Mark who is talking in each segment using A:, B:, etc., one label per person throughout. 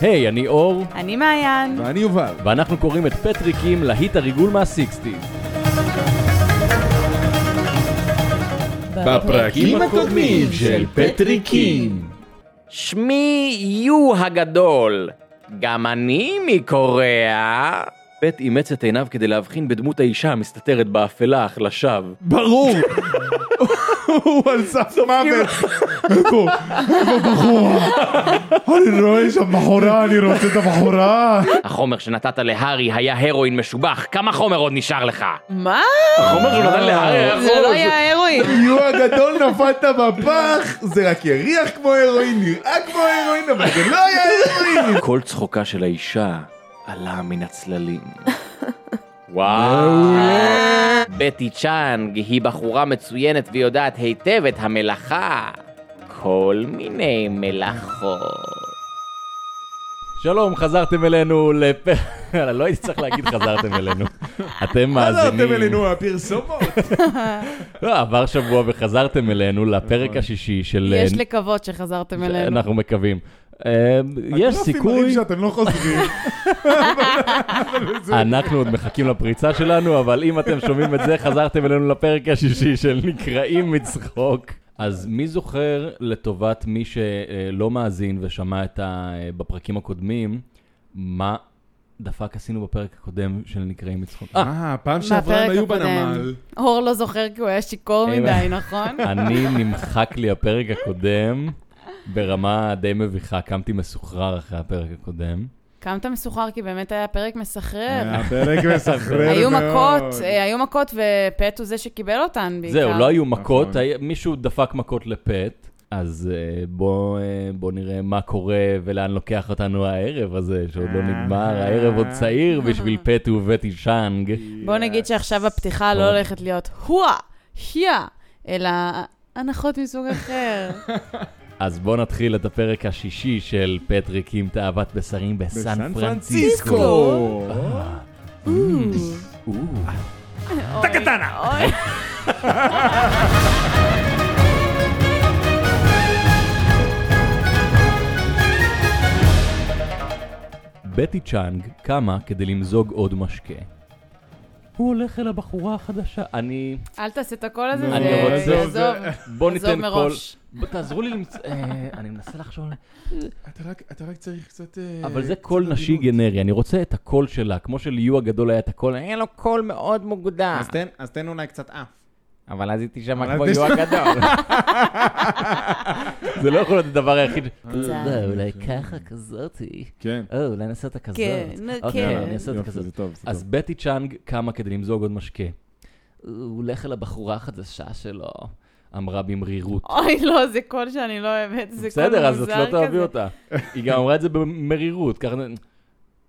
A: היי, אני אור,
B: אני מעיין.
C: ואני יובל.
A: ואנחנו קוראים את פטריקים להיט הריגול מהסיקסטיז.
C: בפרקים הקודמים של פטריקים.
D: שמי יו הגדול. גם אני מקוריאה.
A: פט אימץ את עיניו כדי להבחין בדמות האישה המסתתרת באפלה אך לשווא.
C: ברור. הוא על סף מוות. איפה, איפה הבחורה? אני רואה שם בחורה, אני רוצה את הבחורה.
D: החומר שנתת להארי היה הרואין משובח, כמה חומר עוד נשאר לך?
B: מה?
D: החומר שהוא נתן להארי היה
B: זה לא היה הרואין.
C: יו הגדול נפלת בפח, זה רק יריח כמו הרואין, נראה כמו הרואין, אבל זה לא היה הרואין.
A: כל צחוקה של האישה עלה מן הצללים.
D: וואו. בטי צ'אנג היא בחורה מצוינת ויודעת היטב את המלאכה. כל מיני מלאכות.
A: שלום, חזרתם אלינו לפ... יאללה, לא הייתי צריך להגיד חזרתם אלינו. אתם מאזינים.
C: חזרתם אלינו הפרסומות.
A: לא, עבר שבוע וחזרתם אלינו לפרק
D: נכון.
A: השישי של... אה,
B: יש לקוות שחזרתם אלינו.
A: אנחנו מקווים. אה,
D: לא
A: יש סיכוי,
C: שאתם לא חוזרים.
A: אנחנו עוד מחכים לפריצה שלנו, אבל אם אתם שומעים את זה, חזרתם אלינו לפרק השישי של נקרעים מצחוק. אז מי זוכר לטובת מי שלא מאזין ושמע את ה... בפרקים הקודמים, מה דפק עשינו בפרק הקודם של נקרעים מצחוק? אה,
C: אה, פעם שעברה
B: מהפרק
C: הם היו
B: הקודם.
C: בנמל.
B: אור לא זוכר כי הוא היה שיכור
A: אה,
B: מדי, נכון?
A: אני נמחק לי הפרק הקודם ברמה די מביכה, קמתי מסוחרר אחרי הפרק הקודם.
B: קמת מסוחרר כי באמת היה פרק מסחרר.
A: אה,
C: הפרק מסחרר
B: כן. היו
C: מאוד.
B: מכות, אה, היו מכות ופט הוא זה שקיבל אותן בעיקר.
A: זהו, לא היו מכות,
C: נכון.
A: היה- מישהו דפק מכות לפט, אז אה, בוא אה, בוא נראה מה קורה ולאן לוקח אותנו הערב הזה, שעוד
C: אה.
A: לא נגמר, הערב עוד צעיר בשביל פט ובטי צ'אנג.
B: בוא נגיד
A: אה,
B: שעכשיו הפתיחה לא
A: בוא.
B: הולכת להיות הואה, היה, אלא הנחות מסוג אחר.
A: אז בואו נתחיל את הפרק השישי של פטריקים תאוות בשרים בסן
C: בסן
A: פרנסיסקו.
C: פרנסיסקו.
B: תקטנה.
A: בטי צ'אנג קמה כדי למזוג עוד משקה. הוא הולך אל הבחורה החדשה. אני...
B: אל תעשה את הקול הזה,
A: אני
B: זה
A: רוצה-
B: אה, יעזוב.
A: בוא ניתן
B: עזוב
A: קול...
B: מראש.
A: בוא, תעזרו לי למצוא... אה, אני מנסה לחשוב... על-
C: אתה רק- אתה רק צריך קצת... אה,
A: אבל זה
C: קצת
A: קול נשי
C: עדינות.
A: גנרי, אני רוצה את הקול שלה, כמו שליו הגדול היה את הקול, היה לו קול מאוד מוגדר.
E: אה, אז תן, אז תן אולי קצת אף.
A: אבל אז היא
C: אבל
A: תשמע
C: אז
A: כמו
C: יש
A: יו
C: לה-
A: הגדול. זה לא יכול להיות הדבר היחיד.
C: אה,
A: לא, אולי ככה כזאתי.
C: כן.
A: או, אולי נעשה אותה כזאת.
B: כן, נו,
A: אוקיי,
B: כן.
A: אני אעשה אותה
C: יופי,
A: כזאת.
C: זה טוב, זה
A: אז
C: טוב.
A: בטי צ'אנג קמה כדי למזוג עוד משקה. הוא הולך אל הבחורה החדשה שלו, אמרה במרירות.
B: אוי, לא, זה קול שאני לא אוהבת, זה קול מוזר כזה.
A: בסדר, אז את לא תאהבי אותה. היא גם אמרה את זה במרירות, ככה...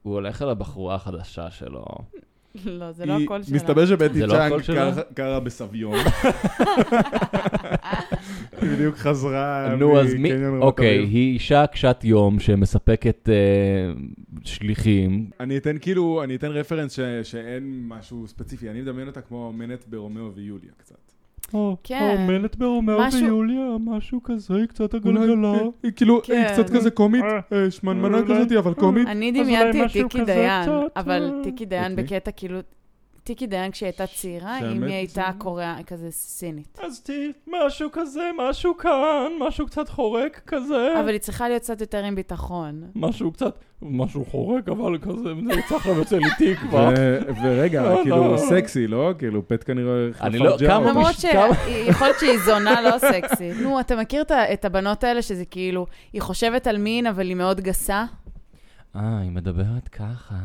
A: הוא הולך אל הבחורה החדשה שלו.
B: לא, זה לא
C: היא-
B: הקול שלה.
C: מסתבר שבטי
A: זה לא
C: צ'אנג
A: הקול שלה?
C: קרה- קרה בסביון. היא בדיוק חזרה
A: נו, אז מי...
C: מקניון רמת
A: אוקיי,
C: אביב.
A: היא אישה קשת יום שמספקת אה, שליחים.
C: אני אתן כאילו, אני אתן רפרנס ש- שאין משהו ספציפי, אני מדמיין אותה כמו מנט ברומאו ויוליה קצת.
A: אה,
B: כן. האומנת
A: ברומאו
B: משהו-
A: משהו כזה, קצת
C: היא כאילו,
B: כן.
C: היא קצת כזה קומית, אה, שמנמנה כזאת, אבל קומית.
B: אני
A: אולי
B: דמיינתי את
A: משהו
B: טיקי
A: כזה
B: דיין,
A: קצת,
B: אבל
A: אה,
B: טיקי דיין
C: אוקיי.
B: בקטע כאילו... טיקי דיין כשהיא הייתה צעירה, אם
C: שהאמת
B: היא הייתה
C: זה-
B: קוריאה כזה סינית.
A: אז תהיי משהו כזה, משהו כאן, משהו קצת חורק כזה.
B: אבל היא צריכה להיות קצת יותר עם ביטחון.
A: משהו קצת, משהו חורק, אבל כזה, זה צריך לבצע לי תקווה.
C: ו- ורגע,
A: אה. לא, לא.
C: כאילו סקסי, לא? כאילו פט כנראה חפר
A: אני לא-
C: ג'או.
A: כמה
B: למרות
A: מש- כמה-
B: שיכול להיות שהיא זונה לא סקסית. נו, אתה מכיר את ה- את הבנות האלה שזה כאילו, היא חושבת על מין, אבל היא מאוד גסה?
A: אה, היא מדברת ככה.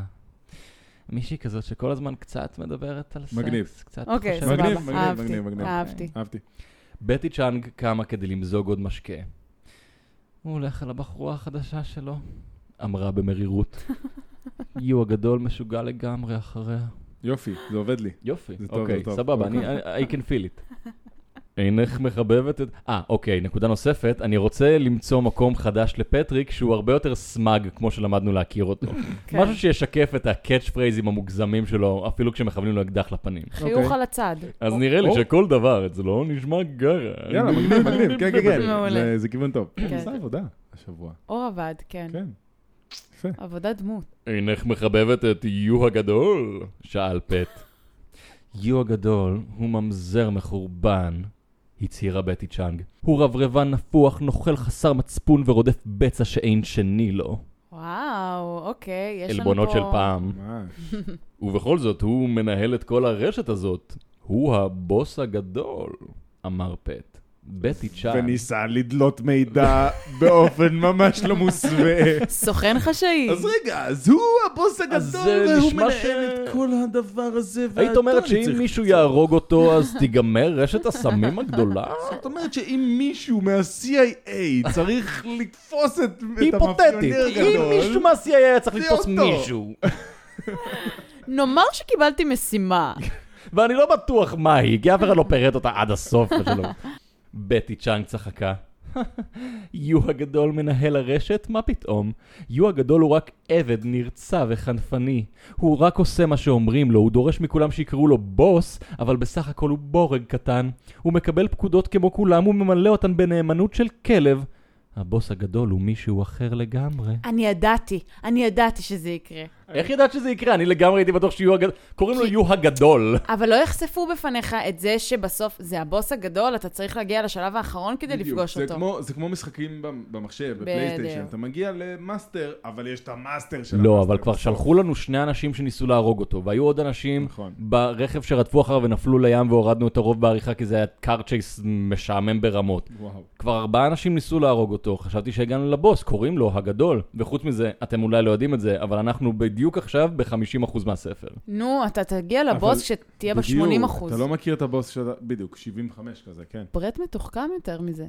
A: מישהי כזאת שכל הזמן קצת מדברת על סקס.
C: מגניב.
A: קצת
B: אוקיי,
A: חושבת-
C: מגניב,
B: סבבה,
C: מגניב,
B: אהבתי,
C: מגניב, מגניב.
B: אהבתי.
C: אהבתי.
A: בטי צ'אנג קמה כדי למזוג עוד משקה. הוא הולך על הבחורה החדשה שלו, אמרה במרירות. יו הגדול משוגע לגמרי אחריה.
C: יופי, זה עובד לי.
A: יופי,
C: זה טוב,
A: אוקיי,
C: זה טוב.
A: סבבה, אני, I I can feel it. אינך מחבבת את... אה, אוקיי, נקודה נוספת, אני רוצה למצוא מקום חדש לפטריק שהוא הרבה יותר סמג, כמו שלמדנו להכיר אותו.
B: כן.
A: משהו שישקף את הקאץ' פרייזים המוגזמים שלו, אפילו כשמכוונים לו אקדח לפנים.
B: חיוך
C: אוקיי.
B: על הצד.
A: אז נראה לי
C: או.
A: שכל דבר אצלו נשמע גרע.
C: יאללה, מגניב, מגניב, כן, כן, כן.
B: מעולה.
C: זה- זה כיוון טוב.
B: כן.
C: עשה עבודה השבוע,
B: אור עבד, כן.
C: כן.
B: עבודת דמות.
A: אינך מחבבת את יו הגדול? שאל פט. יו הגדול הוא ממזר מחורבן, הצהירה בטי צ'אנג. הוא רברבן נפוח, נוכל חסר מצפון ורודף בצע שאין שני לו.
B: וואו, אוקיי, יש לנו פה...
A: עלבונות של פעם. ובכל זאת, הוא מנהל את כל הרשת הזאת. הוא הבוס הגדול, אמר פט. בטי צ'אנג.
C: וניסה לדלות מידע באופן ממש לא מוסווה.
B: סוכן חשאי.
C: אז רגע, אז הוא הבוס
A: אז
C: הגדול,
A: זה
C: והוא
A: נשמע
C: מנהל
A: ש-
C: את כל הדבר הזה.
A: היית
C: ואתה
A: אומרת
C: צריך-
A: שאם מישהו יהרוג אותו, אז תיגמר רשת הסמים הגדולה?
C: זאת אומרת שאם מישהו מה-CIA צריך לתפוס את את
A: היפותטית,
C: המאפיונר
A: אם
C: הגדול,
A: מישהו מה-CIA היה צריך
C: זה
A: לתפוס
C: אותו.
A: מישהו,
B: נאמר שקיבלתי משימה.
A: ואני לא בטוח מה היא, כי אף אחד לא פירט אותה עד הסוף בשלום. בטי צ'אנג צחקה. יו הגדול מנהל הרשת? מה פתאום? יו הגדול הוא רק עבד נרצע וחנפני. הוא רק עושה מה שאומרים לו, הוא דורש מכולם שיקראו לו בוס, אבל בסך הכל הוא בורג קטן. הוא מקבל פקודות כמו כולם, הוא ממלא אותן בנאמנות של כלב. הבוס הגדול הוא מישהו אחר לגמרי.
B: אני ידעתי, אני ידעתי שזה יקרה.
A: איך ידעת שזה יקרה? אני לגמרי הייתי בטוח שיו הגדול... קוראים לו יו הגדול.
B: אבל לא יחשפו בפניך את זה שבסוף זה הבוס הגדול, אתה צריך להגיע לשלב האחרון כדי
C: בדיוק,
B: לפגוש
C: זה
B: אותו.
C: כמו- זה כמו משחקים במ- במחשב, בפלייסטיישן,
B: בדיוק.
C: אתה מגיע למאסטר, אבל יש את המאסטר של
A: לא,
C: המאסטר.
A: אבל כבר שלחו לנו שני אנשים שניסו להרוג אותו, והיו עוד אנשים
C: נכון.
A: ברכב שרדפו אחריו ונפלו לים והורדנו את הרוב בעריכה כי זה היה קאר צ'ייס משעמם ברמות.
C: וואו.
A: כבר ארבעה אנשים ניסו להרוג אותו, חשבתי שהגענו לבוס, קוראים לו הגדול. וחוץ מזה, אתם אולי לא יודעים את זה, אבל אנחנו בדיוק עכשיו ב-50% מהספר.
B: נו, אתה תגיע
C: אבל-
B: לבוס כשתהיה ב-80
C: בדיוק,
B: אחוז.
C: אתה לא מכיר את הבוס של... ה- בדיוק, 75 כזה, כן.
B: ברט מתוחכם יותר מזה.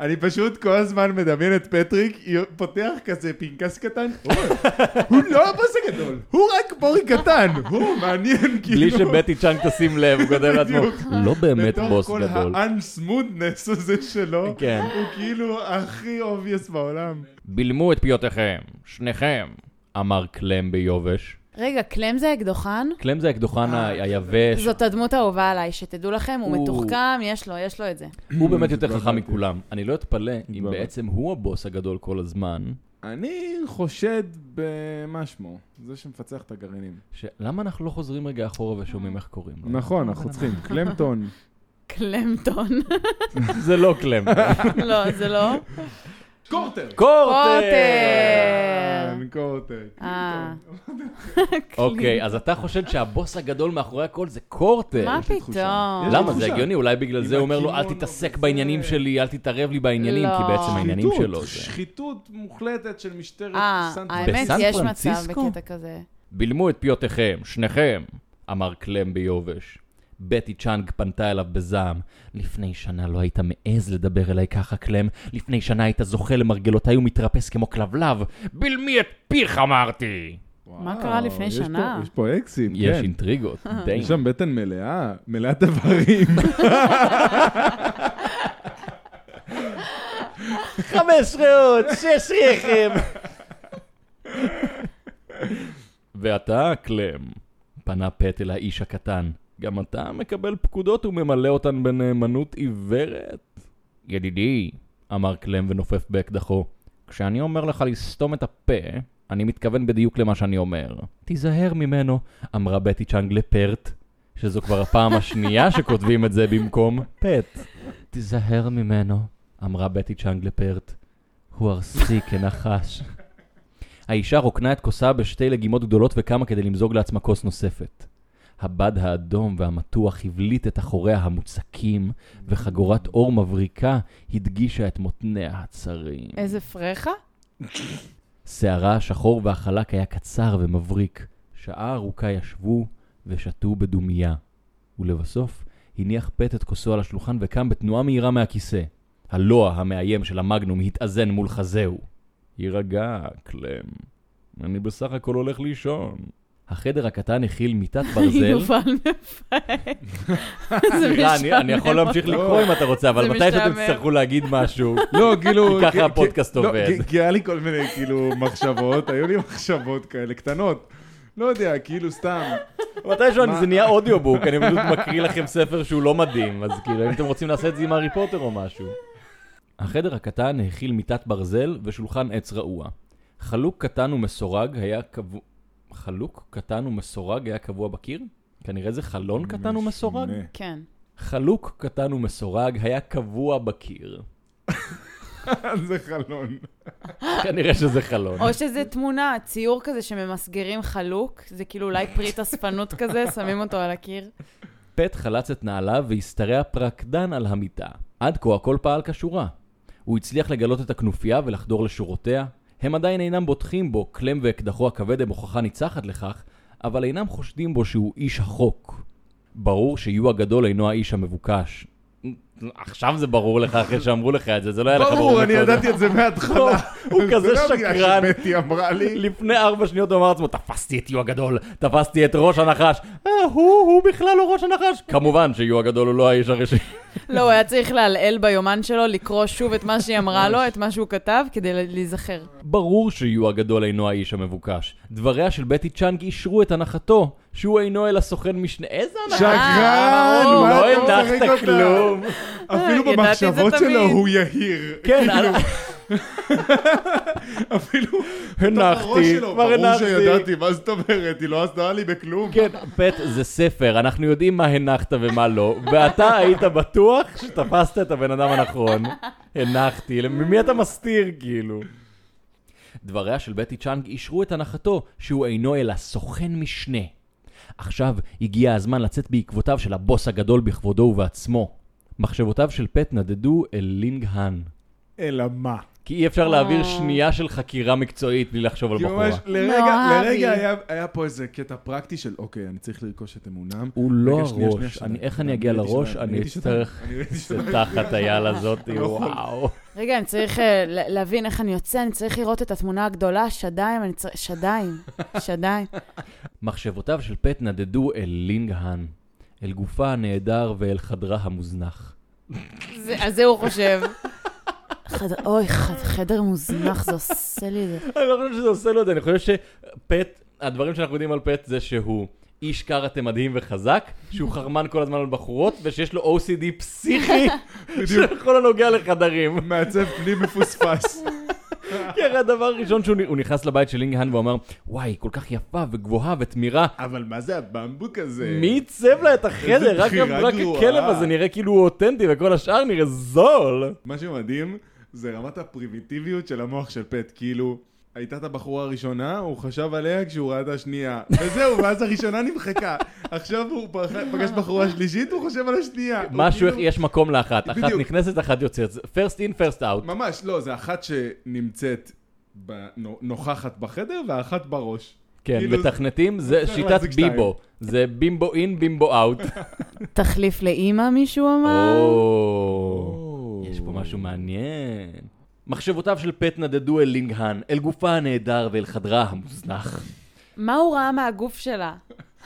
C: אני פשוט כל הזמן מדמיין את פטריק, פותח כזה פנקס קטן, הוא לא הבוס הגדול, הוא רק בורי קטן, הוא מעניין, כאילו.
A: בלי שבטי צ'אנג תשים לב, הוא כותב לעצמו,
C: בדיוק.
A: לא באמת בוס
C: בתוך
A: גדול.
C: כל ה-unsmoothness הזה שלו,
A: כן.
C: הוא כאילו הכי obvious בעולם.
A: בלמו את פיותיכם, שניכם, אמר קלם ביובש.
B: רגע, קלם זה אקדוחן?
A: קלם זה האקדוחן
C: אה,
A: ה- היבש,
B: זאת הדמות האהובה עליי, שתדעו לכם, הוא
A: הוא-
B: מתוחכם, יש לו, יש לו את זה.
A: הוא באמת יותר
C: התבלבלתי.
A: חכם מכולם. אני לא אתפלא אם
C: התבלבלתי.
A: בעצם הוא הבוס הגדול כל הזמן.
C: אני חושד במה שמו, זה שמפצח את הגרעינים.
A: ש- למה אנחנו לא חוזרים רגע אחורה ושומעים איך קוראים לו?
C: נכון, אנחנו צריכים, קלמטון.
B: קלמטון.
A: זה לא קלם.
B: לא, זה לא.
C: קורטר!
B: קורטר.
C: קורטר.
B: אה.
A: אוקיי, אז אתה חושד שהבוס הגדול מאחורי הכל זה קורטר.
B: מה
C: לי אוקיי, תחושה.
B: פתאום?
C: יש לי
A: למה? זה
C: תחושה.
A: הגיוני, אולי בגלל
C: עם
A: זה הוא אומר לו, אל
C: הקימונו
A: תתעסק
C: וזה."
A: בעניינים שלי, אל תתערב לי בעניינים, כי
B: לא.
A: בעצם העניינים
C: שחיתות,
A: שלו זה...
C: שחיתות מוחלטת של משטרת
B: אה,
C: סן
B: האמת,
A: בסן
B: יש מצב
A: פרנסיסקו?
B: בקטע כזה.
A: בלמו את פיותיכם, שניכם, אמר קלם ביובש. בטי צ'אנג פנתה אליו בזעם. לפני שנה לא היית מעז לדבר אליי ככה, קלם. לפני שנה היית זוכה למרגלותיי ומתרפס כמו כלבלב. בלמי את פיך, אמרתי!
C: וואו,
B: מה קרה לפני
C: יש
B: שנה?
C: פה- יש פה אקסים,
A: יש
C: כן.
A: אינטריגות, די.
C: יש שם בטן מלאה, מלאת איברים.
A: חמש ריאות, שש רחם. ואתה, קלם, פנה פט אל האיש הקטן. גם אתה מקבל פקודות וממלא אותן בנאמנות עיוורת. ידידי, אמר קלם ונופף באקדחו, כשאני אומר לך לסתום את הפה, אני מתכוון בדיוק למה שאני אומר. תיזהר ממנו, אמרה בטי צ'אנג לפרט, שזו כבר הפעם השנייה שכותבים את זה במקום פט. תיזהר ממנו, אמרה בטי צ'אנג לפרט. הוא ארסי כנחש. האישה רוקנה את כוסה בשתי לגימות גדולות וכמה כדי למזוג לעצמה כוס נוספת. הבד האדום והמתוח הבליט את אחוריה המוצקים, וחגורת אור מבריקה הדגישה את מותניה הצרים.
B: איזה פרחה?
A: שערה השחור והחלק היה קצר ומבריק. שעה ארוכה ישבו ושתו בדומייה. ולבסוף, הניח פט את כוסו על השולחן וקם בתנועה מהירה מהכיסא. הלוע המאיים של המגנום התאזן מול חזהו. יירגע, קלם. אני בסך הכל הולך לישון. החדר הקטן הכיל מיטת ברזל.
B: יובל מפהק. זה
A: סליחה, אני- אני יכול
B: משעמם.
A: להמשיך לקרוא אם אתה רוצה, אבל
B: זה
A: מתי שאתם
B: משעמם.
A: תצטרכו להגיד משהו.
C: לא, כאילו...
A: כי ככה
C: כי-
A: הפודקאסט
C: כי- לא,
A: עובד.
C: כי- כי היה לי כל מיני, כאילו, מחשבות, היו לי מחשבות כאלה קטנות. לא יודע, כאילו, סתם.
A: מתישהו אני-
C: מה?
A: זה נהיה אודיובוק, אני פשוט מקריא לכם ספר שהוא לא מדהים, אז כאילו, אם אתם רוצים לעשות את זה עם הארי פוטר או משהו. החדר הקטן הכיל מיטת ברזל ושולחן עץ רעוע. חלוק קטן ומסורג היה קבוע... חלוק קטן ומסורג היה קבוע בקיר? כנראה זה חלון קטן ומסורג?
C: משונה.
B: כן.
A: חלוק קטן ומסורג היה קבוע בקיר.
C: זה חלון.
A: כנראה שזה חלון.
B: או שזה תמונה, ציור כזה שממסגרים חלוק, זה כאילו אולי פרי תספנות כזה, שמים אותו על הקיר.
A: פט חלץ את נעליו והשתרע פרקדן על המיטה. עד כה הכל פעל כשורה. הוא הצליח לגלות את הכנופיה ולחדור לשורותיה. הם עדיין אינם בוטחים בו, קלם ואקדחו הכבד הם הוכחה ניצחת לכך, אבל אינם חושדים בו שהוא איש החוק. ברור שיו הגדול אינו האיש המבוקש. עכשיו זה ברור לך אחרי שאמרו לך את זה, זה לא היה לך ברור.
C: ברור, אני
A: מקודם.
C: ידעתי את זה מההתחלה.
A: הוא- לא, הוא
C: זה
A: כזה
C: לא בגלל
A: שקרן.
C: שבטי אמרה לי.
A: לפני ארבע שניות הוא אמר לעצמו, תפסתי את יו הגדול, תפסתי את ראש הנחש. אה, הוא, הוא בכלל לא ראש הנחש. כמובן שיו הגדול הוא לא האיש הראשי.
B: לא, הוא היה צריך לעלעל ביומן שלו, לקרוא שוב את מה שהיא אמרה לו, את מה שהוא כתב, כדי להיזכר.
A: ברור שיו הגדול אינו האיש המבוקש. דבריה של בטי צ'אנג אישרו את הנחתו, שהוא אינו אלא סוכן משנה. איזה הנחה?
B: אה,
C: שקרן,
B: ברור.
C: מה
A: לא
C: אתה
A: הדחת
C: משחק אותה?
A: כלום.
C: אפילו
B: אה, ידעתי את זה
C: במחשבות שלו
B: תמיד.
C: הוא יהיר.
A: כן,
C: כאילו,
A: אה,
C: אפילו בתוך הראש
A: הנחתי,
C: שלו,
A: כבר
C: ברור
A: הנחתי.
C: שידעתי, מה זאת אומרת? היא לא עשתה לי בכלום.
A: כן, פט זה ספר, אנחנו יודעים מה הנחת ומה לא, ואתה היית בטוח שתפסת את הבן אדם הנכון. הנחתי, ממי אתה מסתיר כאילו? דבריה של בטי צ'אנג אישרו את הנחתו שהוא אינו אלא סוכן משנה. עכשיו הגיע הזמן לצאת בעקבותיו של הבוס הגדול בכבודו ובעצמו. מחשבותיו של פט נדדו אל לינג האן.
C: אלא מה?
A: כי אי אפשר להעביר
B: אה.
A: שנייה של חקירה מקצועית בלי לחשוב על
C: כי
A: בחורה.
C: ממש לרגע,
B: נורא
C: לרגע
B: אבי.
C: היה- היה פה איזה קטע פרקטי של אוקיי, אני צריך לרכוש את אמונם.
A: הוא לא
C: רגע, שנייה, שנייה,
A: הראש,
C: שנייה.
A: אני- איך אני אגיע
C: ראיתי
A: לראש?
C: שתיים,
A: אני
C: ראיתי שתיים.
A: אצטרך...
C: אני ראיתי
A: זה
C: שתיים.
A: תחת היד הזאת,
C: לא יכול.
A: וואו.
B: רגע, אני צריך אה, ל- להבין איך אני יוצא, אני צריך לראות את התמונה הגדולה, שדיים, אני צריך... שדיים, שדיים.
A: מחשבותיו של פט נדדו אל לינגהן, אל גופה הנעדר ואל חדרה המוזנח.
B: זה- על זה הוא חושב. חד- אוי, חד- חדר מוזנח, זה עושה לי את זה.
A: אני לא חושב שזה עושה לו את זה, אני חושב שפט, הדברים שאנחנו יודעים על פט זה שהוא איש קראטה מדהים וחזק, שהוא חרמן כל הזמן על בחורות, ושיש לו OCD פסיכי
C: בדיוק,
A: שבכל הנוגע לחדרים.
C: מעצב פנים מפוספס.
A: כי הרי הדבר הראשון שהוא נ- הוא נכנס לבית של לינגהן והוא אמר, וואי, היא כל כך יפה וגבוהה ותמירה,
C: אבל מה זה הבמבוק הזה?
A: מי עיצב לה את
C: איזה
A: החדר? רק
C: בחירה
A: רק
C: גרועה.
A: הכלב הזה נראה כאילו הוא אותנטי וכל השאר נראה זול.
C: מה שמדהים זה רמת הפרימיטיביות של המוח של פט, כאילו... הייתה את הבחורה הראשונה, הוא חשב עליה כשהוא ראה את השנייה. וזהו, ואז הראשונה נמחקה. עכשיו הוא פח- פגש בחורה שלישית, הוא חושב על השנייה. הוא
A: משהו,
C: כאילו-
A: יש מקום לאחת. אחת
C: בדיוק.
A: נכנסת, אחת יוצאת. first in, first out.
C: ממש, לא, זה אחת שנמצאת, ב- נו- נוכחת בחדר, והאחת בראש.
A: כן,
C: כאילו,
A: מתכנתים, זה
C: צריך
A: שיטת
C: להחזיק שתיים.
A: ביבו. זה בימבו אין, בימבו אאוט.
B: תחליף לאימא, מישהו
C: אה.
B: אמר?
A: או, יש פה משהו מעניין. מחשבותיו של פט נדדו אל לינגהן, אל גופה הנהדר ואל חדרה המוזנח.
B: מה הוא ראה מהגוף שלה?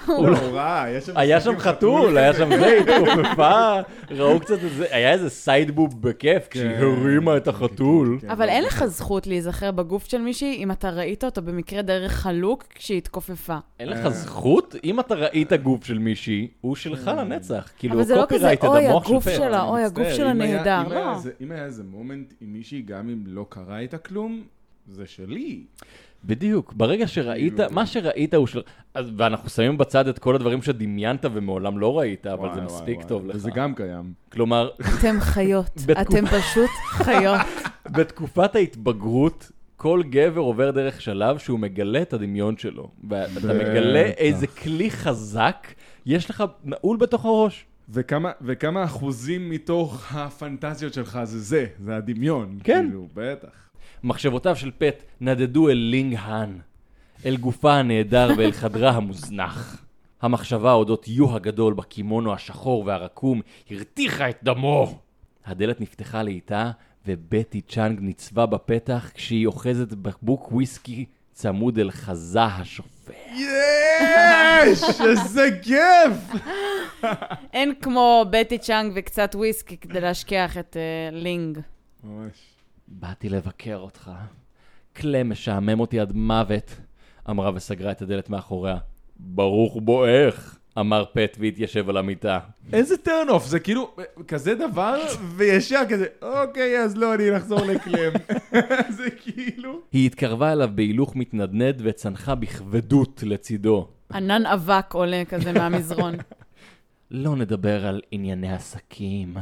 C: הוא לא ראה, היה שם...
A: היה שם
C: משחקים,
A: חתול, היה שם זה, התכופפה, ראו קצת איזה, היה איזה סיידבוב בכיף, כשהיא הרימה את החתול.
C: כן,
B: אבל אין לך זכות להיזכר בגוף של מישהי אם אתה ראית אותו במקרה דרך חלוק כשהיא התכופפה.
A: אין
C: אה.
A: לך זכות? אם אתה ראית גוף של מישי, הוא
C: אה.
A: שלך לנצח. כאילו,
B: אבל זה לא כזה,
A: הקופירייטד,
B: אוי,
A: המוח של
B: הגוף
A: פט.
B: שלה, אוי,
C: מצטער,
B: הגוף
C: אם
B: שלה
C: היה-
B: נהדר.
C: אם היה
B: לא.
C: איזה- אם היה איזה מומנט עם מישהי, גם אם לא קרה איתה כלום, זה שלי.
A: בדיוק, ברגע שראית,
C: כאילו-
A: מה שראית הוא של... אז- ואנחנו שמים בצד את כל הדברים שדמיינת ומעולם לא ראית, אבל זה
C: וואי,
A: מספיק
C: וואי,
A: טוב
C: וואי.
A: לך.
C: וזה גם קיים.
A: כלומר,
B: אתם חיות,
A: בתקופ-
B: אתם פשוט חיות.
A: בתקופת ההתבגרות, כל גבר עובר דרך שלב שהוא מגלה את הדמיון שלו. ואתה מגלה
C: בטח.
A: איזה כלי חזק יש לך נעול בתוך הראש.
C: וכמה, וכמה אחוזים מתוך הפנטזיות שלך זה זה, זה הדמיון.
A: כן.
C: כאילו, בטח.
A: מחשבותיו של פט נדדו אל לינג האן, אל גופה הנעדר ואל חדרה המוזנח. המחשבה אודות יו הגדול בקימונו השחור והרקום הרתיחה את דמו. הדלת נפתחה לאיטה, ובטי צ'אנג ניצבה בפתח כשהיא אוחזת בקבוק וויסקי צמוד אל חזה השופט.
C: יש! איזה כיף!
B: אין כמו בטי צ'אנג וקצת וויסקי כדי להשכיח את אה, לינג.
C: ממש.
A: באתי לבקר אותך. קלם משעמם אותי עד מוות, אמרה וסגרה את הדלת מאחוריה. ברוך בואך, אמר פט והתיישב על המיטה.
C: איזה טרן אוף, זה כאילו כזה דבר, וישר כזה, אוקיי, אז לא, אני אחזור לקלם. זה כאילו...
A: היא התקרבה אליו בהילוך מתנדנד וצנחה בכבדות לצידו.
B: ענן אבק עולה כזה מהמזרון.
D: לא נדבר על ענייני עסקים.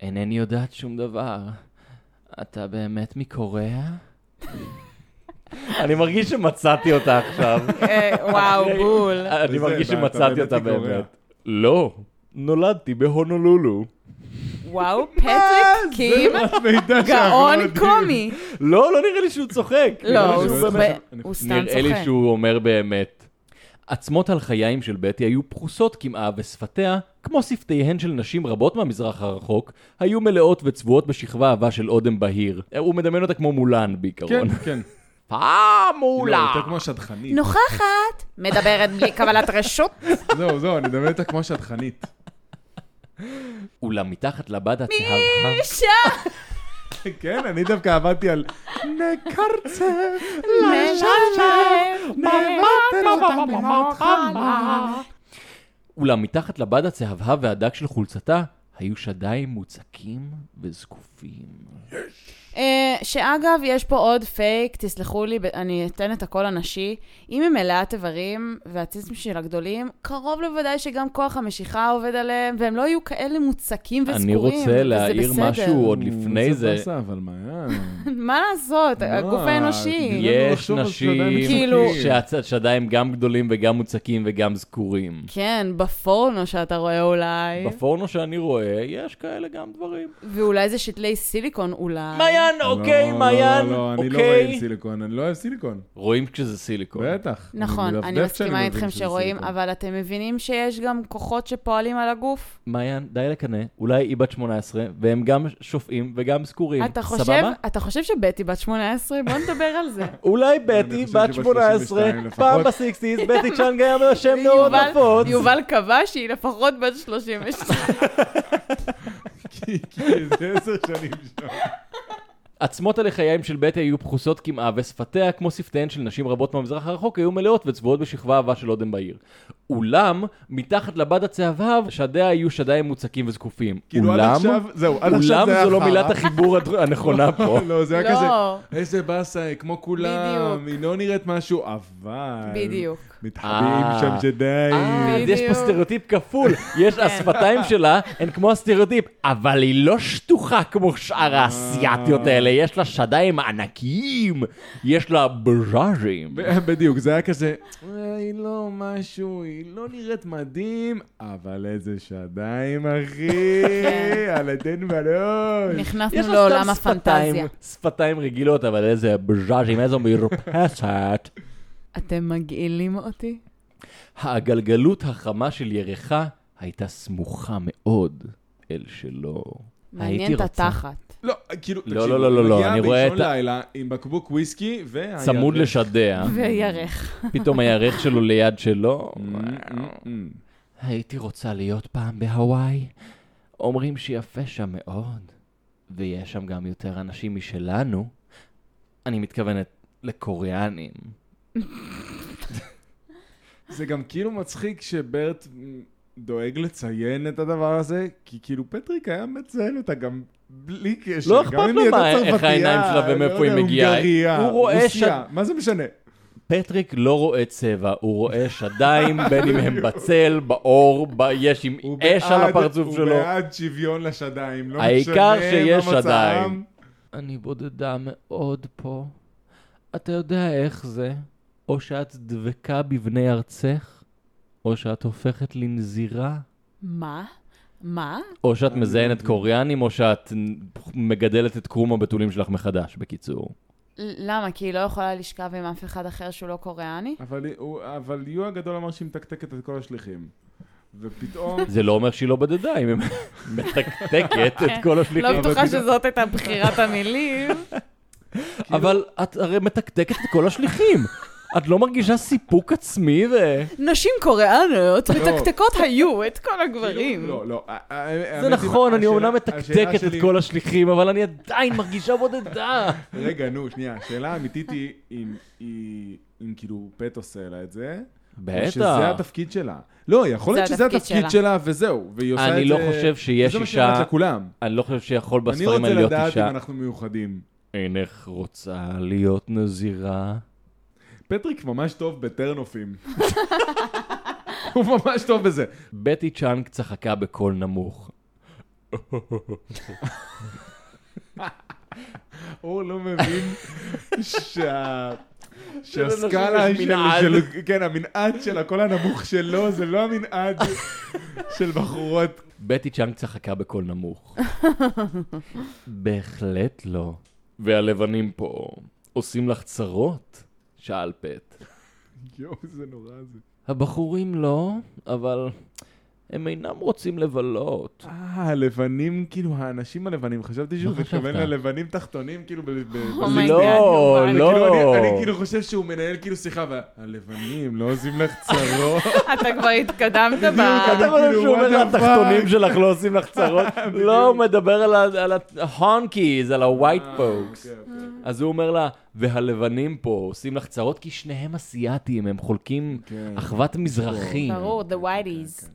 D: אינני יודעת שום דבר. אתה באמת מקוריאה?
A: אני מרגיש שמצאתי אותה עכשיו.
B: אה, וואו, בול.
A: אני
C: וזה,
A: מרגיש
C: אתה
A: שמצאתי
C: באמת
A: אותה
C: מקוריאה.
A: באמת. לא, נולדתי בהונולולו.
B: וואו, פטריק קים,
C: לא- מידע
B: גאון
C: שאנחנו יודעים.
B: קומי.
A: לא, לא נראה לי שהוא צוחק. נראה
B: לא,
A: לי
B: הוא
A: שהוא
C: באמת-
B: סובל-
C: אני-
B: הוא סתם
A: נראה לי
B: צוחק.
A: שהוא אומר באמת. עצמות על חיים של בטי היו פחוסות קמעה ושפתיה, כמו שפתיהן של נשים רבות מהמזרח הרחוק, היו מלאות וצבועות בשכבה עבה של אודם בהיר. הוא מדמיין אותה כמו מולן בעיקרון. "אה,
C: כן, כן. לא,
D: פמולה!
C: יותר כמו שדכנית.
B: נוכחת, מדברת בלי קבלת רשות.
C: זהו, זהו, אני מדבר איתה כמו שדכנית.
A: אולם מתחת לבד "אה, הצהבה...
B: אישה
C: כן, אני דווקא עבדתי על נקרצה.
B: משלמת,
A: אולם מתחת לבד הצהבהב והדק של חולצתה, היו שדיים מוצקים וזקופים.
B: אה, שאגב, יש פה עוד פייק, תסלחו לי, ב- אני אתן את הקול הנשי. אם היא מלאת איברים והציסים שלה גדולים, קרוב לוודאי שגם כוח המשיכה עובד עליהם, והם לא יהיו כאלה מוצקים וסגורים,
A: אני רוצה
B: וזה
A: להעיר
B: בסדר.
A: משהו עוד לפני זה.
C: באסה, אבל מה?
B: מה לעשות,
C: מה?
B: הגוף האנושי.
C: תגידי. לנו
A: יש
C: לחשוב על לא, שדיים
A: נשים
B: כאילו-
A: שהשדיים גם גדולים וגם מוצקים וגם זקורים.
B: כן, בפורנו שאתה רואה אולי,
A: בפורנו שאני רואה, יש כאלה גם דברים.
B: אה. ואולי זה שתלי סיליקון אולי.
A: מעיין, אוקיי,
C: לא,
A: מעיין,
C: לא, לא, אני לא
A: אוקיי.
C: אוהב סיליקון, אני לא אוהב סיליקון.
A: רואים כשזה סיליקון.
C: בטח.
B: נכון, אני
C: מדפדף כשאני
B: מסכימה
C: מבין
B: איתכם
C: שזה
B: שרואים,
C: סיליקון.
B: אבל אתם מבינים שיש גם כוחות שפועלים על הגוף?
A: מעיין, די לקנא, אולי היא בת 18, והם גם שופעים וגם זקורים.
B: אתה חושב,
A: אה, סבבה?
B: אתה חושב שבטי בת 18? בוא נדבר על זה.
A: אולי
C: אני
A: בטי
C: חושב
A: בת
C: שבשלושים
A: 18,
C: ושתיים
A: פעם
C: לפחות.
A: בסיקסטיז, בטי צ'אנג היה שם מאוד
B: יובל-
A: נפוץ.
B: יובל קבע שהיא לפחות בת 32.
C: כי כי זה עשר שנים שם.
A: עצמות הלחיים של בטי היו פחוסות קמעה, ושפתיה, כמו שפתיהן של נשים רבות מהמזרח הרחוק, היו מלאות וצבועות בשכבה עבה של אודם בעיר. אולם, מתחת לבד הצהבהב, שדיה היו שדיים מוצקים וזקופים.
C: כאילו עד
A: אולם,
C: עכשיו, זהו, עד עכשיו
A: אולם
C: זה היה
A: זו לא
C: חרא.
A: מילת החיבור הד- הנכונה פה.
C: לא, זה היה
B: לא.
C: כזה, איזה באסה, כמו כולם,
B: בדיוק.
C: היא לא נראית משהו, אבל...
B: בדיוק.
C: מתחבאים
A: אה.
C: שם
A: אה,
C: שדיים.
A: אז יש פה
B: בדיוק.
A: סטריאוטיפ כפול,
C: כן.
A: יש השפתיים שלה, הן כמו הסטריאוטיפ, אבל היא לא שטוחה כמו שאר האסייתיות האלה, יש לה שדיים ענקיים, יש לה בז'אז'ים.
C: ב- בדיוק, זה היה כזה, "אה, היא לא משהו, היא לא נראית מדהים, אבל איזה שדיים, אחי,
B: כן.
C: על עדן ולוש.
A: יש
B: נכנסנו
A: לה
B: לא, לעולם
A: סתם
B: הפנטזיה.
A: שפתיים- שפתיים רגילות, אבל איזה בז'אז'ים, איזו מרפסת.
B: אתם מגעילים אותי?
A: הגלגלות החמה של ירחה הייתה סמוכה מאוד אל שלו.
B: מעניין
A: הייתי
B: את
A: רוצה.
B: התחת.
C: לא, כאילו,
A: לא, לא, לא, לא, לא, אני רואה
C: מגיעה
A: את ה-
C: באישון לילה עם בקבוק וויסקי, והירח.
A: צמוד לשדיה,
B: וירך.
A: פתאום הירך שלו ליד שלו.
C: Mm,
D: הייתי רוצה להיות פעם בהוואי. אומרים שיפה שם מאוד, ויש שם גם יותר אנשים משלנו. אני מתכוונת לקוריאנים.
C: זה גם כאילו מצחיק שברט דואג לציין את הדבר הזה, כי כאילו פטריק היה מציין אותה גם בלי קשר.
A: לא אכפת
C: גם אם
A: לו
C: היא הייתה
A: מה- איך
C: צרפתייה,
A: העיניים שלה
C: לא
A: ומאיפה
C: יודע,
A: היא מגיעה.
C: הונגריה,
A: הוא רואה
C: רוסיה, מה זה משנה?
A: פטריק לא רואה צבע, הוא רואה שדיים, בין אם הם בצל, באור, ב- יש עם
C: הוא
A: אש על
C: בעד-
A: הפרצוף שלו.
C: הוא בעד שוויון לשדיים, לא משנה
A: העיקר שיש
C: מה מצבם.
A: שדיים.
D: אני בודדה מאוד פה. אתה יודע איך זה? או שאת דבקה בבני ארצך, או שאת הופכת לנזירה.
B: מה? מה?
A: או שאת מזיינת קוריאנים, או שאת מגדלת את קרום הבתולים שלך מחדש, בקיצור.
B: למה? כי היא לא יכולה לשכב עם אף אחד אחר שהוא לא קוריאני?
C: אבל היא- הוא- אבל יו הגדול אמר שהיא מתקתקת את כל השליחים. ופתאום...
A: זה לא אומר שהיא לא בדדה, אם היא מתקתקת את כל
B: לא
A: השליחים.
B: בטוחה
C: אבל-
B: שזאת הייתה בחירת המילים. לא.
A: אבל את הרי מתקתקת את כל השליחים. את לא מרגישה סיפוק עצמי ו...
B: נשים קוריאניות
C: לא.
B: מתקתקות היו את כל הגברים.
C: לא, לא. ה- ה-
A: זה
C: האמת היא,
A: נכון, אני
C: השאלה-
A: אומנם
C: השאלה
A: מתקתקת את
C: שלי-
A: כל השליחים, אבל אני עדיין מרגישה בודדה.
C: רגע, נו, שנייה, השאלה האמיתית היא אם, היא- אם כאילו פט עושה לה את זה, או שזה
A: בטח.
C: התפקיד שלה. לא, יכול להיות
B: זה
C: שזה
B: התפקיד
C: התפקיד
B: שלה.
C: שלה וזהו, והיא עושה את זה...
A: אני לא חושב שיש
C: וזה מה
A: אישה-
C: שאומרת לכולם.
A: אני לא חושב שיכול
C: אני
A: בספרים
C: רוצה
A: האלה להיות
C: לדעת אם
A: אישה.
C: אנחנו מיוחדים.
A: אינך רוצה להיות נזירה?
C: פטריק ממש טוב בטרנופים. הוא ממש טוב בזה.
A: בטי צ'אנק צחקה בקול נמוך.
C: אור לא מבין שה...
A: שלאנשים
C: שהסקאלה
A: יש
C: של...
A: מנעד.
C: של... כן, המנעד של הקול הנמוך שלו, זה לא המנעד של בחורות.
A: בטי צ'אנק צחקה בקול נמוך. בהחלט לא. והלבנים פה עושים לך צרות? שאל פט.
C: יואו, זה נורא זה.
D: הבחורים לא,
A: אבל הם אינם רוצים לבלות.
C: אה, הלבנים, כאילו, האנשים הלבנים, חשבתי שהוא
D: מה חשבת?
C: מתכוון ללבנים תחתונים, כאילו, ב... ב-
B: לא Oh my
A: לא,
B: God, נו,
A: לא.
C: כאילו, אני- אני כאילו חושב שהוא מנהל כאילו שיחה, והלבנים לא עושים לך צרות.
B: אתה כבר התקדמת ב...
A: אתה חושב
C: כאילו,
A: שהוא אומר
C: what the
A: התחתונים
C: fuck?
A: שלך לא עושים לך צרות? לא, הוא מדבר על ה- על ההונקיז, על ה-white
C: אה,
A: folks.
C: אוקיי, אוקיי.
A: אז הוא אומר לה, והלבנים פה עושים לך צרות כי שניהם אסיאתים, הם חולקים
C: כן.
B: אה.
A: אחוות מזרחים.
B: ברור, the
A: כן,
B: whiteys.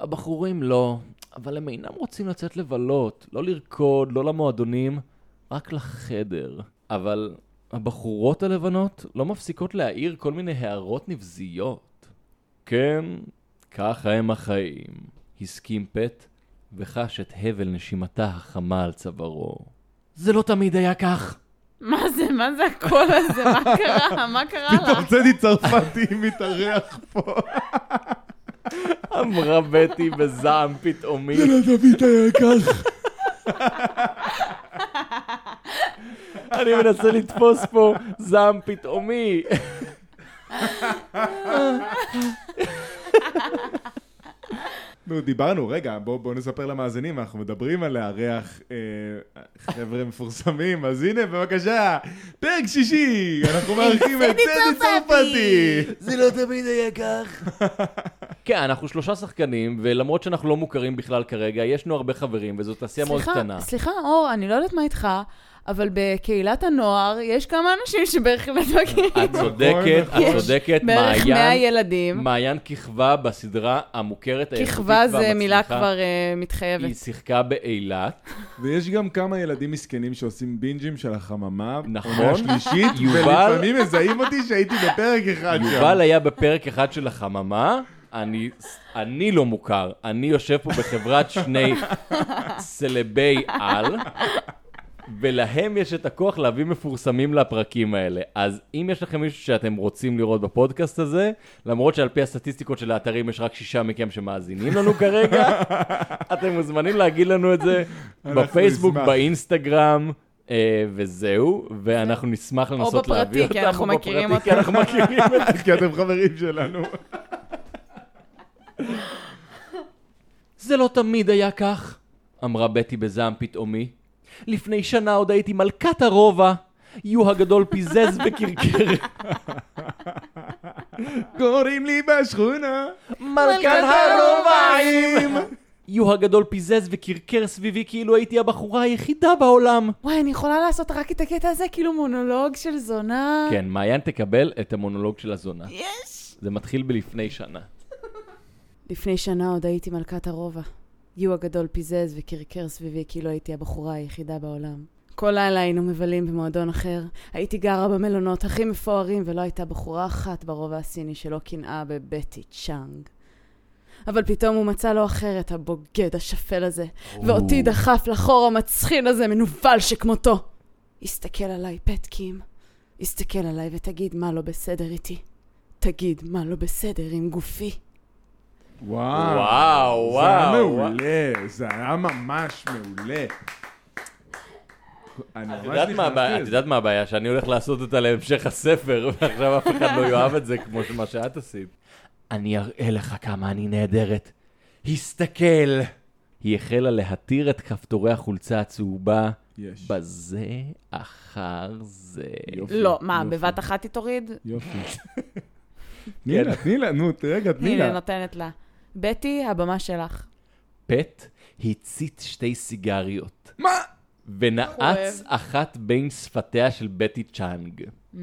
A: הבחורים לא, אבל הם אינם רוצים לצאת לבלות, לא לרקוד, לא למועדונים, רק לחדר. אבל הבחורות הלבנות לא מפסיקות להעיר כל מיני הערות נבזיות. כן, ככה הם החיים, הסכים פט, וחש את הבל נשימתה החמה על צווארו. זה לא תמיד היה כך.
B: מה זה, מה זה הקול הזה? מה קרה? מה קרה
C: פתאום
B: לך?
C: צדי צרפתי מתארח פה.
A: אמרה בטי בזעם פתאומי.
C: דוד היקר.
A: אני מנסה לתפוס פה זעם פתאומי.
C: נו, דיברנו, רגע, בואו בוא נספר למאזינים, אנחנו מדברים על לארח אה, חבר'ה מפורסמים, אז הנה, בבקשה, פרק שישי, אנחנו מארחים את
B: צדי
C: צדי
B: צרפתי.
C: צרפתי.
A: זה לא תמיד היה כך. כן, אנחנו שלושה שחקנים, ולמרות שאנחנו לא מוכרים בכלל כרגע, יש לנו הרבה חברים, וזו תעשייה מאוד קטנה.
B: סליחה, סליחה, אור, אני לא יודעת מה איתך, אבל בקהילת הנוער יש כמה אנשים שבהחלט מכירים.
A: את צודקת,
C: נכון,
A: את
C: נכון.
A: צודקת,
B: בערך 100
A: מעיין.
B: ילדים.
A: מעיין כיכבה בסדרה המוכרת, האיכותית
B: כיכבה זה מילה
A: והמצליחה.
B: כבר אה, מתחייבת.
A: היא שיחקה באילת,
C: ויש גם כמה ילדים מסכנים שעושים בינג'ים של החממה.
A: נכון.
C: עונה שלישית,
A: יובל-
C: ולפעמים מזהים אותי שהייתי בפרק אחד שם.
A: יובל היה בפרק אחד של החממה, אני- אני לא מוכר, אני יושב פה בחברת שני סלבי על, ולהם יש את הכוח להביא מפורסמים לפרקים האלה. אז אם יש לכם מישהו שאתם רוצים לראות בפודקאסט הזה, למרות שעל פי הסטטיסטיקות של האתרים יש רק שישה מכם שמאזינים לנו כרגע, אתם מוזמנים להגיד לנו את זה
C: אנחנו
A: בפייסבוק,
C: נשמח.
A: באינסטגרם. אה, וזהו, ואנחנו נשמח לנסות
B: בפרטי,
A: להביא אותם,
B: כי אנחנו
A: או
B: מכירים
A: בפרטי, כי
B: אותם.
A: אנחנו מכירים אותם.
C: כי אתם חברים שלנו.
A: זה לא תמיד היה כך, אמרה בטי בזעם פתאומי. לפני שנה עוד הייתי מלכת הרובע. יו הגדול פיזז וקרקר.
C: קוראים לי בשכונה.
A: מלכת הרובעים! יו הגדול פיזז וקרקר סביבי כאילו הייתי הבחורה היחידה בעולם.
B: וואי, אני יכולה לעשות רק את הקטע הזה, כאילו מונולוג של זונה.
A: כן, מעיין תקבל את המונולוג של הזונה.
B: יש!
A: זה מתחיל בלפני שנה.
B: לפני שנה עוד הייתי מלכת הרובע. יו הגדול פיזז וקרקר סביבי כאילו הייתי הבחורה היחידה בעולם. כל לילה היינו מבלים במועדון אחר. הייתי גרה במלונות הכי מפוארים, ולא הייתה בחורה אחת ברובע הסיני שלא קינאה בבטי צ'אנג. אבל פתאום הוא מצא לו אחרת, הבוגד השפל הזה, ואותי דחף לחור המצחין הזה, מנוול שכמותו. הסתכל עליי, פטקים. הסתכל עליי ותגיד מה לא בסדר איתי. תגיד מה לא בסדר עם גופי.
C: וואו,
A: וואו,
C: אה, זה היה
A: וואו,
C: מעולה, זה היה ממש מעולה. אני
A: את
C: ממש
A: יודעת מה
C: נכנסתי
A: הבעיה- את
C: לזה.
A: יודעת מה הבעיה? שאני הולך לעשות אותה להמשך הספר, ועכשיו אף אחד לא יאהב את זה כמו מה שאת עשית. אני אראה לך כמה אני נהדרת. הסתכל! היא החלה להתיר את כפתורי החולצה הצהובה
C: יש.
A: בזה אחר זה.
C: יופי,
B: לא, מה,
C: יופי,
B: בבת אחת היא תוריד?
C: יופי.
A: כן.
C: תני לה, תני לה, נו, רגע, תני
B: הנה,
C: לה.
B: נותנת לה. לא. בטי, הבמה שלך.
A: פט הצית שתי סיגריות.
C: מה?
A: ונעץ אחת בין שפתיה של בטי צ'אנג.
C: אה,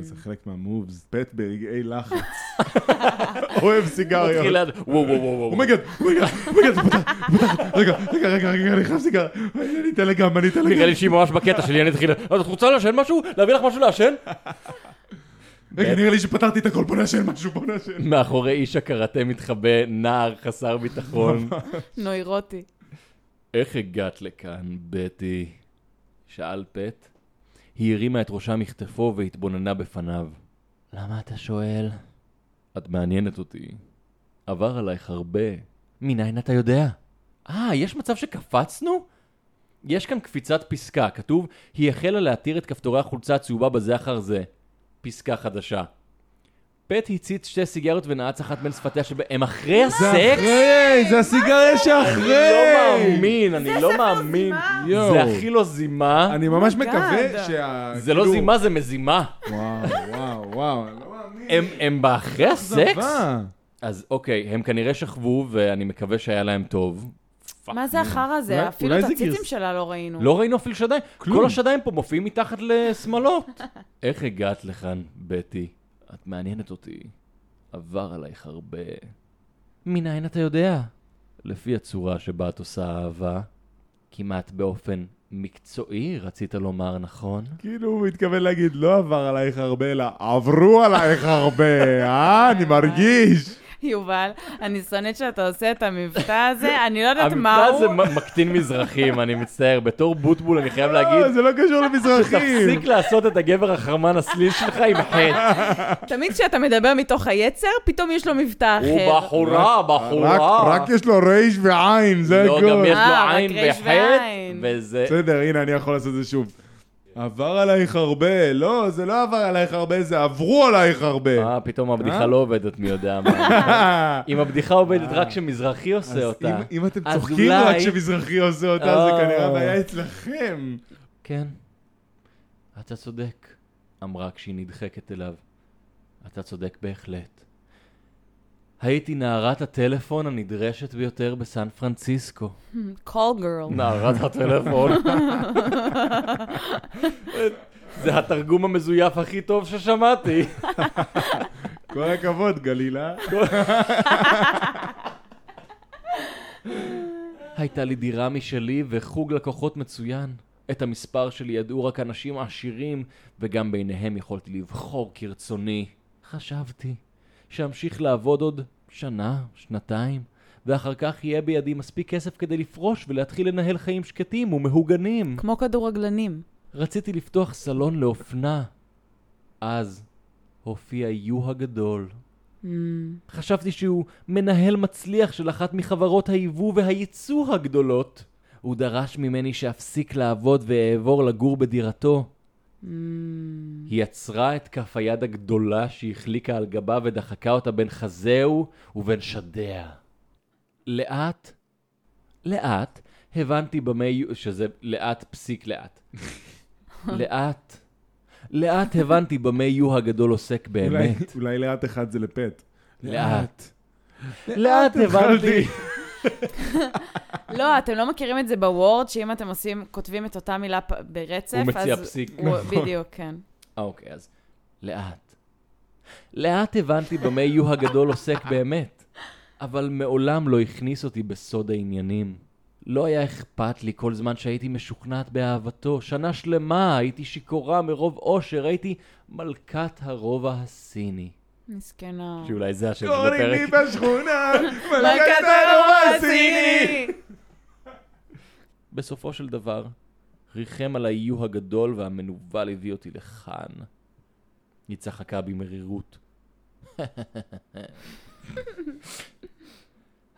C: זה חלק מהמובס. פט ברגעי לחץ. אוהב סיגריות.
A: תחילת, וואו וואו וואו. וואו.
C: אומייגד, אומייגד, אומייגד, זה פתח, זה פתח, רגע, רגע, רגע, רגע, אני חייב סיגר, אני אתן לגמרי, אני אתן
A: נראה
C: לגמרי,
A: לי שהיא ממש בקטע שלי, אני אתחיל, "אז את רוצה לעשן משהו? להביא לך משהו לעשן?
C: רגע, נראה לי שפתרתי את הכל, בוא נעשן משהו, בוא נעשן.
A: מאחורי איש הקראטה מתחבא נער חסר ביטחון.
B: נוירוטי.
A: איך הגעת לכאן, בטי? שאל פט. היא הרימה את ראשה מכתפו והתבוננה בפניו. למה אתה שואל? את מעניינת אותי. עבר עלייך הרבה. מניין אתה יודע? אה, יש מצב שקפצנו? יש כאן קפיצת פסקה, כתוב, היא החלה להתיר את כפתורי החולצה הצהובה בזה אחר זה. פסקה חדשה. פט הציץ שתי סיגריות ונעץ אחת בין שפתיה שב... הם אחרי הסקס?
C: אחרי, זה הסיגריה
A: אני לא
C: שאחרי!
A: מאמין, אני לא מאמין.
C: יואו.
A: זה הכי לא זימה.
C: אני ממש
B: Oh my
C: מקווה
B: God.
C: שה...
A: זה לא
C: כאילו-
A: זימה, זה מזימה.
C: וואו, וואו, וואו, אני לא מאמין.
A: הם- הם באחרי הסקס?
C: זוועה.
A: אז אוקיי, הם כנראה שכבו, ואני מקווה שהיה להם טוב. פאק.
B: מה זה החרא הזה?
C: אולי-
B: אפילו
C: אולי
B: את
C: זה
B: הציצים
C: גרס-
B: שלה לא ראינו.
A: לא ראינו אפילו שדיים.
C: כלום.
A: כל השדיים פה מופיעים מתחת לשמאלות. איך הגעת לכאן, בטי? את מעניינת אותי. עבר עלייך הרבה. מניין אתה יודע? לפי הצורה שבה את עושה אהבה, כמעט באופן מקצועי, רצית לומר, נכון?
C: כאילו הוא מתכוון להגיד, לא עבר עלייך הרבה, אלא עברו עלייך הרבה, אה? אני מרגיש.
B: יובל, אני שונאת שאתה עושה את המבטא הזה, אני לא יודעת מה
A: המקטע
B: הוא.
A: הזה מ- מקטין מזרחים, אני מצטער. בתור בוטבול אני חייב להגיד,
B: אה,
C: לא, זה לא קשור למזרחים.
A: תפסיק לעשות את הגבר החרמן הסליל שלך עם חטא.
B: תמיד כשאתה מדבר מתוך היצר, פתאום יש לו מבטא
A: הוא
B: אחר.
A: בחורה,
C: רק-
A: בחורה.
C: רק יש לו רייש ועין, זה
A: לא,
C: הכול.
A: גם יש לו
B: אה, רק
A: עין
B: ריש
A: וחטא,
B: ועין.
A: וזה...
C: בסדר, הנה, אני יכול לעשות את זה שוב. עבר עלייך הרבה, לא, זה לא עבר עלייך הרבה, זה עברו עלייך הרבה.
A: אה, פתאום הבדיחה
C: אה?
A: לא עובדת מי יודע מה. אה. אם הבדיחה עובדת רק כשמזרחי
C: אז
A: עושה אותה.
C: אם- אם אתם
A: אז
C: צוחקים
A: אולי-
C: רק כשמזרחי עושה אותה, זה
A: אה.
C: כנראה הבעיה אצלכם.
A: כן, אתה צודק, אמרה כשהיא נדחקת אליו. אתה צודק בהחלט. הייתי נערת הטלפון הנדרשת ביותר בסן פרנסיסקו.
B: Call girl.
A: נערת הטלפון. זה התרגום המזויף הכי טוב ששמעתי.
C: כל הכבוד, גלילה.
A: הייתה לי דירה משלי וחוג לקוחות מצוין. את המספר שלי ידעו רק אנשים עשירים, וגם ביניהם יכולתי לבחור כרצוני. חשבתי שאמשיך לעבוד עוד שנה, שנתיים, ואחר כך יהיה בידי מספיק כסף כדי לפרוש ולהתחיל לנהל חיים שקטים ומהוגנים.
B: כמו כדורגלנים.
A: רציתי לפתוח סלון לאופנה. אז הופיע יו הגדול. חשבתי שהוא מנהל מצליח של אחת מחברות היבוא והייצוא הגדולות. הוא דרש ממני שאפסיק לעבוד ואעבור לגור בדירתו. היא יצרה את כף היד הגדולה שהחליקה על גבה ודחקה אותה בין חזהו ובין שדיה. לאט, לאט, הבנתי במה יהיו, שזה לאט פסיק לאט. לאט, לאט הבנתי במה יו הגדול עוסק
C: אולי-
A: באמת.
C: אולי לאט אחד זה לפט.
A: לאט. לאט הבנתי.
B: לא, אתם לא מכירים את זה בוורד, שאם אתם עושים, כותבים את אותה מילה פ- ברצף,
A: הוא מציע
B: אז
A: פסיק.
B: הוא- בדיוק, כן.
A: אה, אוקיי, אז לאט. לאט הבנתי במה יו הגדול עוסק באמת, אבל מעולם לא הכניס אותי בסוד העניינים. לא היה אכפת לי כל זמן שהייתי משוכנעת באהבתו. שנה שלמה הייתי שיכורה מרוב אושר, הייתי מלכת הרובע הסיני.
B: מסכנה.
A: שאולי זה השם של
C: קוראים לי
A: הפרק.
C: בשכונה,
B: מלכת
C: מלכת
B: הרובע
C: הרובע הסיני.
B: הסיני!
A: בסופו של דבר, ריחם על האיו הגדול והמנוול הביא אותי לכאן. היא צחקה במרירות.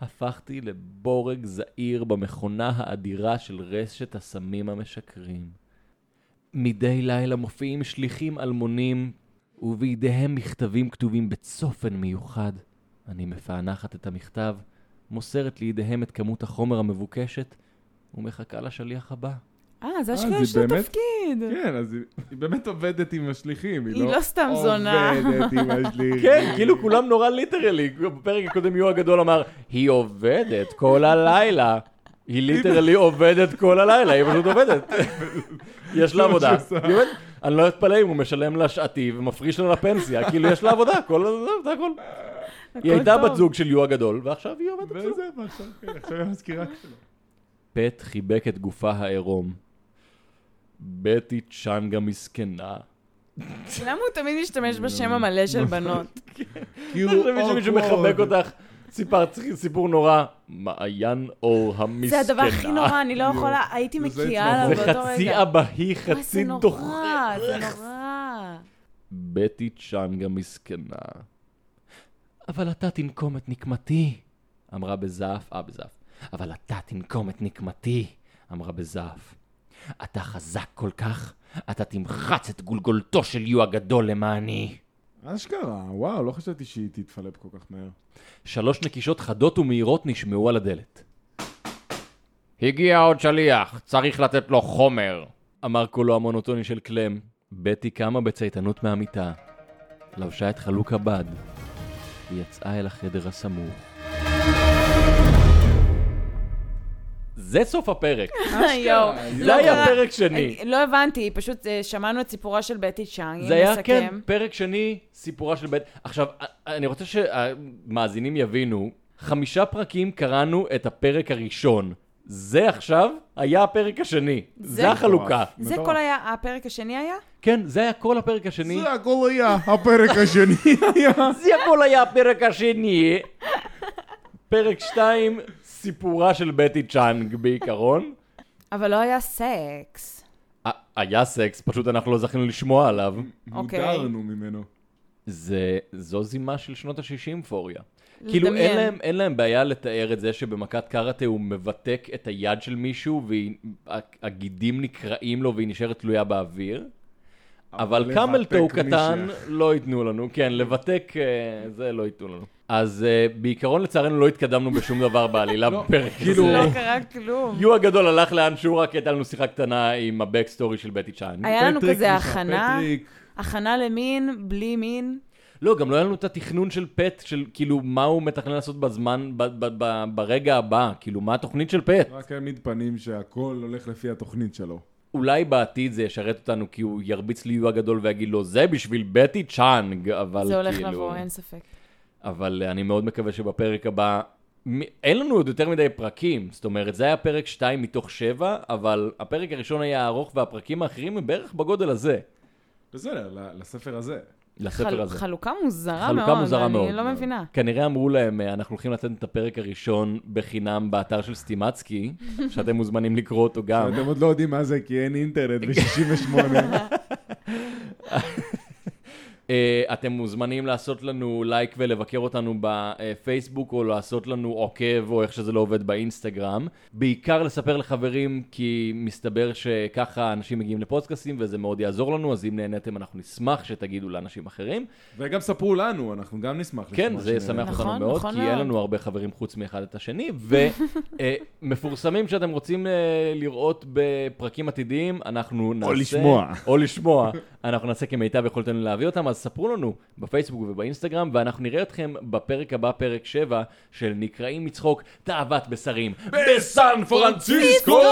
A: הפכתי לבורג זעיר במכונה האדירה של רשת הסמים המשקרים. מדי לילה מופיעים שליחים אלמונים, ובידיהם מכתבים כתובים בצופן מיוחד. אני מפענחת את המכתב, מוסרת לידיהם את כמות החומר המבוקשת, ומחכה לשליח הבא.
B: אה, זה
C: אה,
B: אשכרה
C: זה
B: יש לו
C: באמת?
B: תפקיד.
C: כן, אז היא- היא באמת עובדת עם השליחים,
B: היא
C: היא
B: לא סתם זונה.
C: עובדת עם השליחים.
A: כן, כאילו כולם נורא ליטרלי. בפרק הקודם יו הגדול אמר, היא עובדת כל הלילה. היא ליטרלי עובדת כל הלילה, היא פשוט עובדת. יש לה
C: זה מה
A: עבודה.
C: שהיא עושה.
A: היא עובדת. אני לא אתפלא אם הוא משלם לה שעתי ומפריש לה לפנסיה, כאילו יש לה עבודה, כל הזמן, זה הכל. היא הייתה בת זוג של יו הגדול, ועכשיו היא עובדת. אצלו.
C: וזהו, ועכשיו, כן, עכשיו היא המזכירה שלו.
A: פט חיבק את גופה העירום. בטי צ'אנגה מסכנה.
B: למה הוא תמיד משתמש בשם המלא של בנות?
C: כי
A: אני חושב שמישהו
C: כאילו,
A: מחבק
C: אוקיי.
A: אותך, סיפרת סיפור נורא, מעיין אור המסכנה.
B: זה הדבר הכי נורא, אני לא יכולה, הייתי
C: זה
B: מקיאה
C: אצלו.
B: עליו
A: זה
B: באותו רגע.
A: חצי אבהי,
B: וואי, זה
A: חצי
B: נורא,
A: דוחה.
B: זה נורא.
A: בטי צ'אנגה מסכנה.
D: אבל אתה תנקום את נקמתי, אמרה בזעף, אה בזעף, אבל אתה תנקום את נקמתי, אמרה בזעף. אתה חזק כל כך, אתה תמחץ את גולגולתו של יו הגדול למעני.
C: אשכרה, וואו, לא חשבתי שהיא תתפלפ כל כך מהר.
A: שלוש נקישות חדות ומהירות נשמעו על הדלת. הגיע עוד שליח, צריך לתת לו חומר. אמר קולו המונוטוני של קלם. בטי קמה בצייתנות מהמיטה, לבשה את חלוק הבד, ויצאה אל החדר הסמוך. זה סוף הפרק.
B: יואו.
A: זה
B: לא
A: היה
B: קרה-
A: פרק שני.
B: אני- לא הבנתי, פשוט אה, שמענו את סיפורה של בטי צ'אנג, אם
A: זה היה, כן,
B: נסכם.
A: פרק שני, סיפורה של בית... עכשיו, א- אני רוצה שהמאזינים יבינו, חמישה פרקים קראנו את הפרק הראשון. זה עכשיו היה הפרק השני.
B: זה-
A: זה החלוקה.
C: מטורף.
B: זה כל היה, הפרק השני היה?
A: כן, זה היה כל הפרק השני.
C: זה הכל היה, הפרק השני היה.
A: זה הכל היה הפרק השני. פרק שתיים, סיפורה של בטי צ'אנג בעיקרון.
B: אבל לא היה סקס.
A: ה- היה סקס, פשוט אנחנו לא זכינו לשמוע עליו.
B: אוקיי.
C: מודרנו ממנו.
A: זה, זו זימה של שנות ה-60 פוריה. כאילו אין
B: לדמיין.
A: להם, אין להם בעיה לתאר את זה שבמכת קראטה הוא מבתק את היד של מישהו והגידים נקרעים לו והיא נשארת תלויה באוויר. אבל קאמל
C: לבתק
A: טו
C: מישהו.
A: קטן לא ייתנו לנו, כן, לבתק אה, זה לא ייתנו לנו. אז אה, בעיקרון לצערנו לא התקדמנו בשום דבר בעלילה בפרק
C: כאילו-
A: הזה.
B: לא קרה כלום.
A: יו הגדול הלך לאן שהוא רק הייתה לנו שיחה קטנה עם הבק סטורי של בטי צ'אנג.
B: היה לנו
C: פטריק
B: כזה
C: נשאר,
B: הכנה,
C: פטריק.
B: הכנה למין, בלי מין.
A: לא, גם לא היה לנו את התכנון של פט, של כאילו מה הוא מתכנן לעשות בזמן, ב- ב- ב- ברגע הבא, כאילו מה התוכנית של פט.
C: רק העמיד פנים שהכל הולך לפי התוכנית שלו.
A: אולי בעתיד זה ישרת אותנו כי הוא ירביץ לי יו הגדול ויגיד לו, זה בשביל בטי צ'אנג, אבל כאילו...
B: זה הולך לבוא, אין ספק.
A: אבל אני מאוד מקווה שבפרק הבא... מ- אין לנו עוד יותר מדי פרקים, זאת אומרת, זה היה פרק 2 מתוך 7, אבל הפרק הראשון היה ארוך והפרקים האחרים הם בערך בגודל הזה,
C: בסדר, ל- לספר הזה.
A: לספר
B: חל-
A: הזה.
B: חלוקה מוזרה מאוד.
A: חלוקה מוזרה מאוד.
B: אני לא מבינה.
A: כנראה אמרו להם, אה, אנחנו הולכים לתת את הפרק הראשון בחינם באתר של סטימצקי, שאתם מוזמנים לקרוא אותו גם.
C: אתם עוד לא יודעים מה זה, כי אין אינטרנט ב-68.
A: אה, אתם מוזמנים לעשות לנו לייק ולבקר אותנו בפייסבוק, או לעשות לנו עוקב, או איך שזה לא עובד באינסטגרם. בעיקר לספר לחברים, כי מסתבר שככה אנשים מגיעים לפודקאסטים, וזה מאוד יעזור לנו, אז אם נהניתם, אנחנו נשמח שתגידו לאנשים אחרים.
C: וגם ספרו לנו, אנחנו גם נשמח לשמוע.
A: כן, זה ישמח
B: נכון,
A: אותנו מאוד,
B: נכון
A: כי אין
B: מאוד.
A: לנו הרבה חברים חוץ מאחד את השני, ומפורסמים שאתם רוצים אה, לראות בפרקים עתידיים, אנחנו נעשה...
C: לשמוע.
A: או לשמוע. אנחנו נעשה כמיטב יכולתנו להביא אותם, אז ספרו לנו בפייסבוק ובאינסטגרם, ואנחנו נראה אתכם בפרק הבא, פרק 7, של נקראים מצחוק תאוות בשרים.
C: בסן פרנסיסקו!